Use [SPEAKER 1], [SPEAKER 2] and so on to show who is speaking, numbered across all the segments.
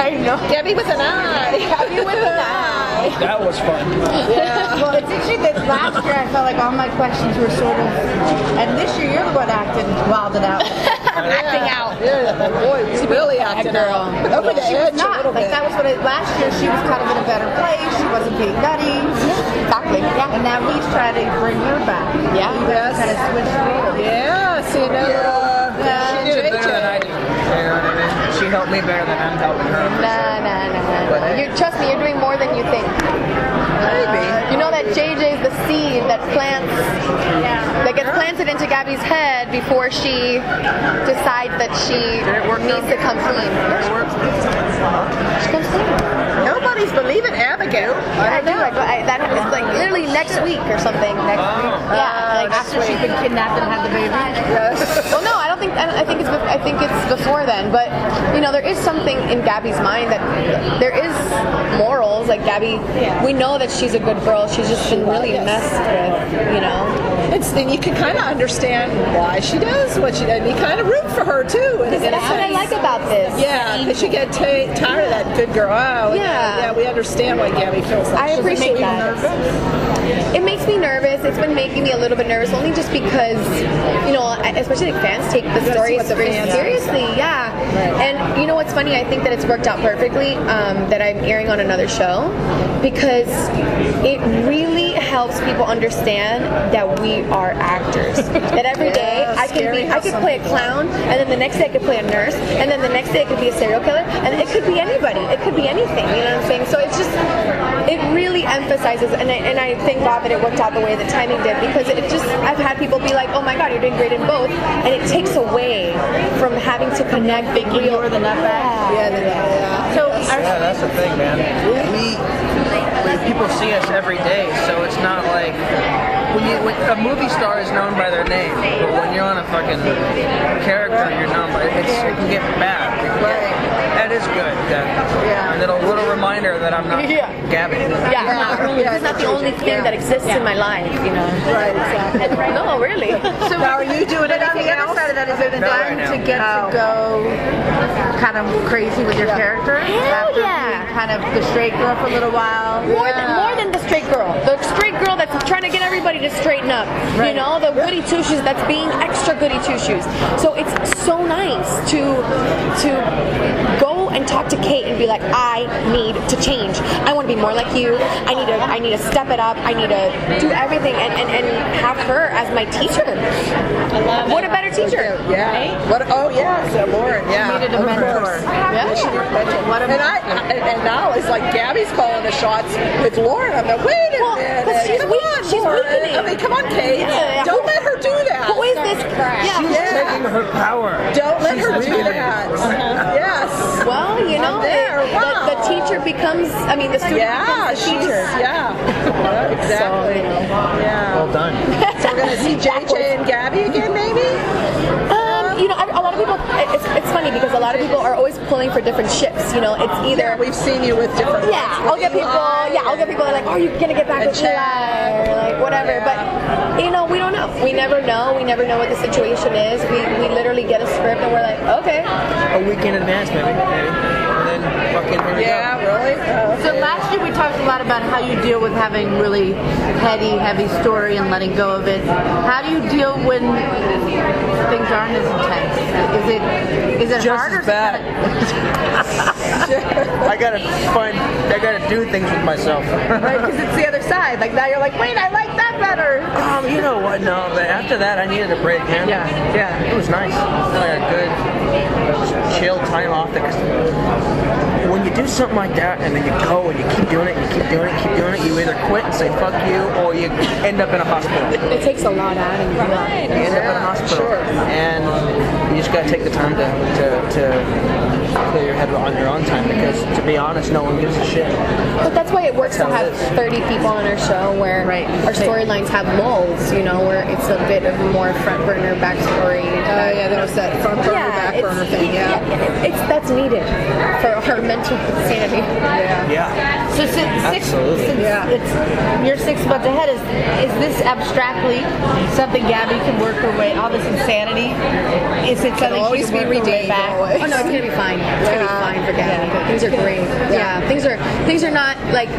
[SPEAKER 1] happy with an eye.
[SPEAKER 2] Happy with an eye.
[SPEAKER 3] That was fun.
[SPEAKER 2] Yeah. Well, it's interesting that last year I felt like all my questions were sort of, and this year you're the one acting wilded out.
[SPEAKER 1] Acting out. Yeah, that boy was really acting out.
[SPEAKER 2] Oh,
[SPEAKER 1] Over
[SPEAKER 2] but
[SPEAKER 1] the
[SPEAKER 2] she
[SPEAKER 1] edge
[SPEAKER 2] was
[SPEAKER 1] a
[SPEAKER 2] not.
[SPEAKER 1] little bit.
[SPEAKER 2] Like that was what it, last year she was kind of in a better place. She wasn't being nutty. Exactly. Yeah. And now he's trying to bring her back. Yeah. You guys
[SPEAKER 1] Yes.
[SPEAKER 2] kind of switched roles.
[SPEAKER 1] Yeah, see that little.
[SPEAKER 2] Yeah.
[SPEAKER 4] She did it better than I did. You know what I mean? She helped me better than I'm helping her. for
[SPEAKER 5] Nah,
[SPEAKER 4] sure.
[SPEAKER 5] nah, nah, nah, nah. You trust me, you're doing more than you think.
[SPEAKER 4] Maybe.
[SPEAKER 5] You know that JJ is the seed that plants, that gets planted into Gabby's head before she decides that she needs to come clean. She comes clean.
[SPEAKER 1] Nobody's believing Abigail.
[SPEAKER 5] I do. I, I, that it's like literally next week or something. Next week.
[SPEAKER 1] Oh,
[SPEAKER 5] Yeah. Like
[SPEAKER 2] After she's been kidnapped and had the baby.
[SPEAKER 5] Well, no, I don't think. I, don't- I think it's. bef- I think it's before then. But you know, there is something in Gabby's mind that there is morals. Like Gabby, we know that she's a good girl. She's just been really messed with. You know,
[SPEAKER 1] It's, and you can kind of understand why she does what she does. And you kind of root for her too. And
[SPEAKER 5] that's what I like about this.
[SPEAKER 1] Yeah, because you get ta tired of that good girl. Oh, yeah.
[SPEAKER 5] Yeah.
[SPEAKER 1] yeah, we understand why Gabby feels like.
[SPEAKER 5] I appreciate that. It makes me nervous. It's been making me a little bit nervous, only just because, you know, especially like fans take the
[SPEAKER 1] see
[SPEAKER 5] stories
[SPEAKER 1] what the
[SPEAKER 5] very
[SPEAKER 1] fans-
[SPEAKER 5] seriously. Yeah. And you know what's funny? I think that it's worked out perfectly um, that I'm airing on another show because it really helps people understand that we are actors. that every day
[SPEAKER 1] Yeah,
[SPEAKER 5] I can be,
[SPEAKER 1] scary how
[SPEAKER 5] I could
[SPEAKER 1] some
[SPEAKER 5] play a clown, and then the next day I could play a nurse, and then the next day I could be a serial killer, and it could be anybody. It could be anything. You know what I'm saying? So it's just, it really emphasizes, and I, and I thank God that it worked out the way the timing did because it just, I've had people be like, oh my God, you're doing great in both, and it takes away from having to connect the real.
[SPEAKER 2] More than that back.
[SPEAKER 5] Yeah.
[SPEAKER 2] So our
[SPEAKER 4] Yeah, that's the thing, man. We, we people see us every day, so it's not like when you when a movie star is known by their name, but when you're on a fucking character, you're known by it's, it can get bad. It can get- that is good. That
[SPEAKER 2] Yeah.
[SPEAKER 4] a little little reminder that I'm not Gabby.
[SPEAKER 5] Yeah, I'm not-
[SPEAKER 1] Yeah,
[SPEAKER 5] this is not the only thing that exists in my life, you know.
[SPEAKER 1] Right, exactly.
[SPEAKER 5] No, really.
[SPEAKER 2] So now, are you doing
[SPEAKER 1] But on
[SPEAKER 2] anything
[SPEAKER 1] the other
[SPEAKER 2] else?
[SPEAKER 1] side of that, is it
[SPEAKER 2] Been
[SPEAKER 4] Not
[SPEAKER 2] fun
[SPEAKER 4] right now.
[SPEAKER 2] to get to go kind of crazy with your character?
[SPEAKER 5] Hell
[SPEAKER 2] after
[SPEAKER 5] yeah.
[SPEAKER 2] being kind of the straight girl for a little while.
[SPEAKER 5] More than more than the straight girl. The straight girl that's trying to get everybody to straighten up. You know, the goody two shoes that's being extra goody two shoes. So it's so nice to to go and talk to Kate and be like, I need to change. I want to be more like you. I need to I need to step it up. I need to do everything and, and, and have her as my teacher. What a better teacher.
[SPEAKER 1] Yeah. What? Oh yes, uh, Lauren. Yeah.
[SPEAKER 2] Needed a
[SPEAKER 1] of
[SPEAKER 2] mentor.
[SPEAKER 1] course.
[SPEAKER 5] Yeah.
[SPEAKER 1] She needed a mentor. and I and, and now it's like Gabby's calling the shots with Lauren. I'm like, wait a
[SPEAKER 5] Well, 'cause
[SPEAKER 1] minute.
[SPEAKER 5] she's
[SPEAKER 1] come
[SPEAKER 5] weak-
[SPEAKER 1] on,
[SPEAKER 5] she's
[SPEAKER 1] Lauren.
[SPEAKER 5] weakening.
[SPEAKER 1] I mean, come on, Kate.
[SPEAKER 5] Yeah, yeah.
[SPEAKER 1] Don't let her do that.
[SPEAKER 5] Who is this? Yeah.
[SPEAKER 1] Yeah.
[SPEAKER 4] Taking her power.
[SPEAKER 1] Don't let
[SPEAKER 4] She's
[SPEAKER 1] her
[SPEAKER 4] taking
[SPEAKER 1] do
[SPEAKER 4] it.
[SPEAKER 1] that. Uh-huh. Yes.
[SPEAKER 5] Well, you know,
[SPEAKER 1] there,
[SPEAKER 5] the, the- the
[SPEAKER 1] wow.
[SPEAKER 5] teacher becomes, I mean, the student
[SPEAKER 1] Yeah,
[SPEAKER 5] becomes the
[SPEAKER 1] she's
[SPEAKER 5] teacher.
[SPEAKER 1] yeah. exactly. Yeah.
[SPEAKER 3] Well done.
[SPEAKER 1] So we're gonna see JJ and Gabby again, maybe.
[SPEAKER 5] Um, you know, I- a lot of people. It's, it's funny because a lot of people are always pulling for different ships. You know, it's
[SPEAKER 1] Yeah,
[SPEAKER 5] either
[SPEAKER 1] we've seen you with different.
[SPEAKER 5] Oh, yeah, I'll get people. Yeah, I'll get people like, are you gonna get back
[SPEAKER 1] And
[SPEAKER 5] with Eli or like whatever? But you know, we don't know. We never know. We never know what the situation is. We, we literally get a script and we're like, okay,
[SPEAKER 4] A week in advance, maybe. maybe. And then fucking here we
[SPEAKER 1] Yeah, really. Oh.
[SPEAKER 2] So last year we talked a lot about how you deal with having really heady, heavy story and letting go of it. How do you deal when things aren't as intense? Is it is it
[SPEAKER 4] Just
[SPEAKER 2] harder?
[SPEAKER 4] as bad. go. I gotta find. I gotta do things with myself.
[SPEAKER 2] Right, because it's the other side. Like now you're like, wait, I like that better.
[SPEAKER 4] Um, you know what? No, but after that, I needed a break, man.
[SPEAKER 2] Yeah, yeah.
[SPEAKER 4] It was nice. I had a good chill time off. The, when you do something like that, and then you go and you keep doing it, and you keep doing it, keep doing it, you either quit and say fuck you, or you end up in a hospital. You
[SPEAKER 5] it takes a lot out of you.
[SPEAKER 4] end up in a hospital, and you just gotta take the time to, to, to clear your head on your own time because, to be honest, no one gives a shit.
[SPEAKER 5] But that's why it works to
[SPEAKER 4] That's how
[SPEAKER 5] have
[SPEAKER 4] it is.
[SPEAKER 5] 30 people on our show where
[SPEAKER 2] Right.
[SPEAKER 5] our storylines have molds, you know, where it's a bit of more front burner backstory.
[SPEAKER 1] Oh yeah, there was that front burner, back burner
[SPEAKER 5] it's-
[SPEAKER 1] thing. Yeah.
[SPEAKER 5] yeah, it's that's needed for her mental sanity.
[SPEAKER 4] Yeah.
[SPEAKER 2] So since, six,
[SPEAKER 4] Absolutely.
[SPEAKER 2] since
[SPEAKER 1] Yeah.
[SPEAKER 2] it's you're six months ahead. Is is this abstractly something Gabby can work her way? All this insanity. Is it something she
[SPEAKER 1] always be
[SPEAKER 2] can work her way
[SPEAKER 1] redeemed,
[SPEAKER 2] back?
[SPEAKER 1] always.
[SPEAKER 2] Oh no, it's gonna be fine. It's gonna be fine for Gabby.
[SPEAKER 5] Yeah, things are great. Yeah. things are things are not like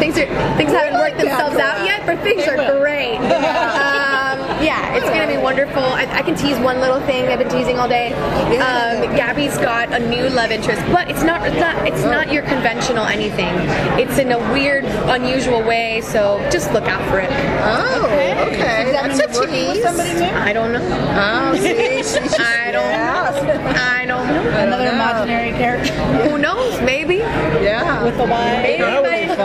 [SPEAKER 5] things are things haven't
[SPEAKER 1] like
[SPEAKER 5] worked themselves
[SPEAKER 1] that,
[SPEAKER 5] out yet, but things are great. um, yeah, it's gonna be wonderful. I, I can tease one little thing I've been teasing all day. Um, Gabby's got a new love interest, but it's not it's not it's not your conventional anything. It's in a weird, unusual way. So just look out for it.
[SPEAKER 1] Oh, okay. That's a tease.
[SPEAKER 5] I don't know.
[SPEAKER 1] Oh, see, she- she's-
[SPEAKER 5] I don't
[SPEAKER 1] yes.
[SPEAKER 5] know. I don't know.
[SPEAKER 2] Another
[SPEAKER 1] Yeah.
[SPEAKER 2] imaginary character.
[SPEAKER 5] Who knows? Maybe.
[SPEAKER 1] Yeah. With the wine.
[SPEAKER 5] Maybe.
[SPEAKER 4] That would be
[SPEAKER 1] Why?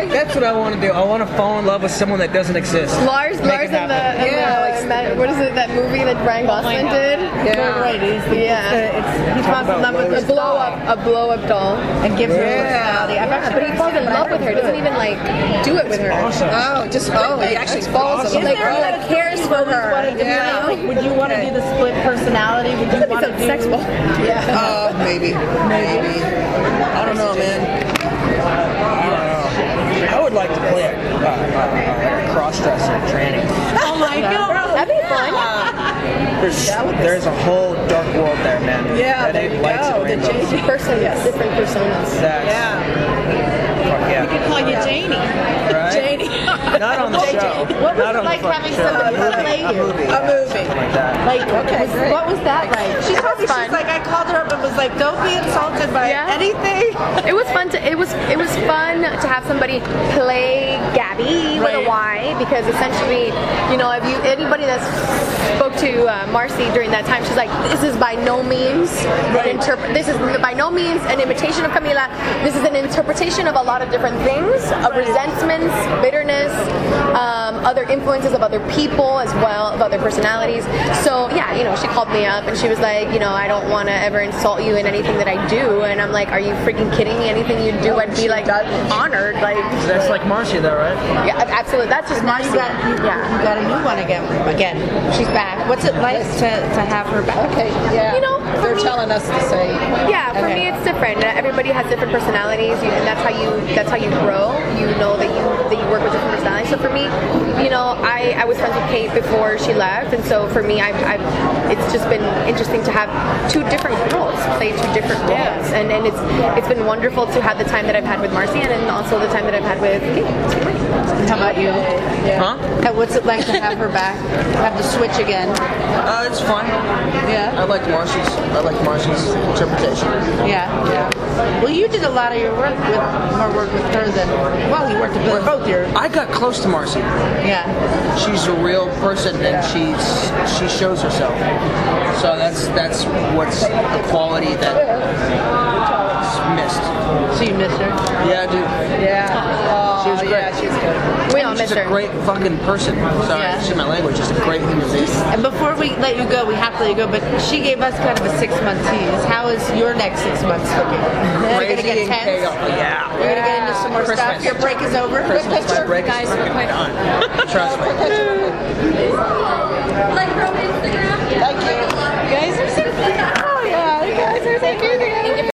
[SPEAKER 4] fun. That's what I want to do. I want to fall in love with someone that doesn't exist.
[SPEAKER 5] Lars, Lars
[SPEAKER 4] Make it
[SPEAKER 5] and the,
[SPEAKER 4] happen.
[SPEAKER 5] and
[SPEAKER 1] Yeah,
[SPEAKER 5] the Ma- what is it that movie that Brian Gosling did?
[SPEAKER 1] Yeah.
[SPEAKER 2] Right. He's,
[SPEAKER 5] Yeah.
[SPEAKER 2] it's, he falls in love with
[SPEAKER 5] A
[SPEAKER 2] her
[SPEAKER 5] blow up, a blow up doll.
[SPEAKER 2] and gives her her
[SPEAKER 1] Yeah.
[SPEAKER 2] personality. I've actually
[SPEAKER 5] But he falls in love with her. Doesn't even like do it with her.
[SPEAKER 1] Oh, just oh, he actually falls
[SPEAKER 5] Awesome.
[SPEAKER 1] in
[SPEAKER 5] Like,
[SPEAKER 1] like
[SPEAKER 5] oh, like cares for her.
[SPEAKER 1] Yeah.
[SPEAKER 2] Like, Would you want to do the split personality? Would you want to do
[SPEAKER 5] Sex ball.
[SPEAKER 1] Oh, maybe, maybe. I don't know, man.
[SPEAKER 4] I would like to play a uh, uh, cross-dresser tranny.
[SPEAKER 2] Oh my god!
[SPEAKER 5] That'd be fun.
[SPEAKER 1] Uh,
[SPEAKER 4] There's, there's a whole dark world there, man.
[SPEAKER 1] Yeah,
[SPEAKER 4] that
[SPEAKER 1] there
[SPEAKER 4] ain't
[SPEAKER 1] you
[SPEAKER 4] lights
[SPEAKER 1] go.
[SPEAKER 4] and
[SPEAKER 1] The
[SPEAKER 4] rainbows.
[SPEAKER 1] J-
[SPEAKER 5] Different Personas, different personas.
[SPEAKER 4] That's,
[SPEAKER 1] Yeah.
[SPEAKER 4] fuck yeah.
[SPEAKER 2] Call you Janie.
[SPEAKER 4] Right? Not on the show.
[SPEAKER 2] What
[SPEAKER 4] Not
[SPEAKER 2] was it
[SPEAKER 4] on the
[SPEAKER 2] like
[SPEAKER 4] fucking
[SPEAKER 2] having
[SPEAKER 4] show.
[SPEAKER 2] somebody
[SPEAKER 4] A movie,
[SPEAKER 2] play
[SPEAKER 4] a
[SPEAKER 2] you?
[SPEAKER 4] movie,
[SPEAKER 1] A
[SPEAKER 4] yeah,
[SPEAKER 1] movie.
[SPEAKER 4] something like that.
[SPEAKER 2] Like,
[SPEAKER 1] Okay,
[SPEAKER 2] was-
[SPEAKER 1] great.
[SPEAKER 2] what was that like?
[SPEAKER 6] She told me
[SPEAKER 2] That's
[SPEAKER 6] she's like I called her up and was like, "Don't be insulted by
[SPEAKER 5] Yeah.
[SPEAKER 6] anything."
[SPEAKER 5] It was fun to it was it was fun to have somebody play Gabby with a Y because essentially, you know, if you anybody that spoke to uh, Marcy during that time, she's like, this is by no means an interpret. This is by no means an imitation of Camila. This is an interpretation of a lot of different things, of resentments, bitterness, um, other influences of other people as well, of other personalities. So yeah, you know, she called me up and she was like, you know, I don't want to ever insult you in anything that I do, and I'm like, are you freaking kidding me? Anything you do, I'd be like honored, like
[SPEAKER 4] That's like Marcy, though, right?
[SPEAKER 5] yeah, absolutely. That's just
[SPEAKER 2] Now you
[SPEAKER 5] Marcy.
[SPEAKER 2] got you,
[SPEAKER 5] yeah.
[SPEAKER 2] you got a new one again. Again, she's back. What's it like to, to have her back?
[SPEAKER 1] Okay, yeah.
[SPEAKER 5] You know, for
[SPEAKER 1] they're
[SPEAKER 5] me-
[SPEAKER 1] telling us to say.
[SPEAKER 5] Yeah, for
[SPEAKER 2] Okay.
[SPEAKER 5] me it's different. Everybody has different personalities, you, and that's how you that's how you grow. You know that you that you work with different personalities. So for me, you know, I, I was friends with Kate before she left, and so for me, I've, I've it's just been interesting to have two different roles, play two different roles, and and it's it's been wonderful to have the time that I've had with Marcy, and, and also the time that I've had with Kate.
[SPEAKER 2] How about you?
[SPEAKER 4] Huh?
[SPEAKER 2] Uh, What's it like to have her back? Have the switch again?
[SPEAKER 4] Uh, it's fun.
[SPEAKER 2] Yeah.
[SPEAKER 4] I liked Marcy's. I liked Marcy's interpretation.
[SPEAKER 2] Yeah. Well, you did a lot of your work with more work with her than well, you worked with both your
[SPEAKER 4] I got close to Marcy.
[SPEAKER 2] yeah.
[SPEAKER 4] she's a real person and she's she shows herself. So that's that's what's the quality that's missed.
[SPEAKER 2] So you miss her.
[SPEAKER 4] Yeah, dude.
[SPEAKER 1] Yeah.
[SPEAKER 2] Oh,
[SPEAKER 4] She was great.
[SPEAKER 1] Yeah, she's good.
[SPEAKER 5] We don't miss
[SPEAKER 4] She's a
[SPEAKER 5] her.
[SPEAKER 4] great fucking person. Sorry,
[SPEAKER 2] Yeah.
[SPEAKER 4] she's my language. She's a great human being.
[SPEAKER 2] And before we let you go, we have to let you go, but she gave us kind of a six month tease. How is your next six months looking? Are you going
[SPEAKER 4] Crazy
[SPEAKER 2] to get
[SPEAKER 4] and
[SPEAKER 2] tense?
[SPEAKER 4] chaotic. Yeah.
[SPEAKER 2] You're going to get into some more stuff?
[SPEAKER 4] Christmas.
[SPEAKER 2] Your break is over?
[SPEAKER 4] Christmas, my break is fucking done. Trust me.
[SPEAKER 7] Like from Instagram.
[SPEAKER 2] Oh,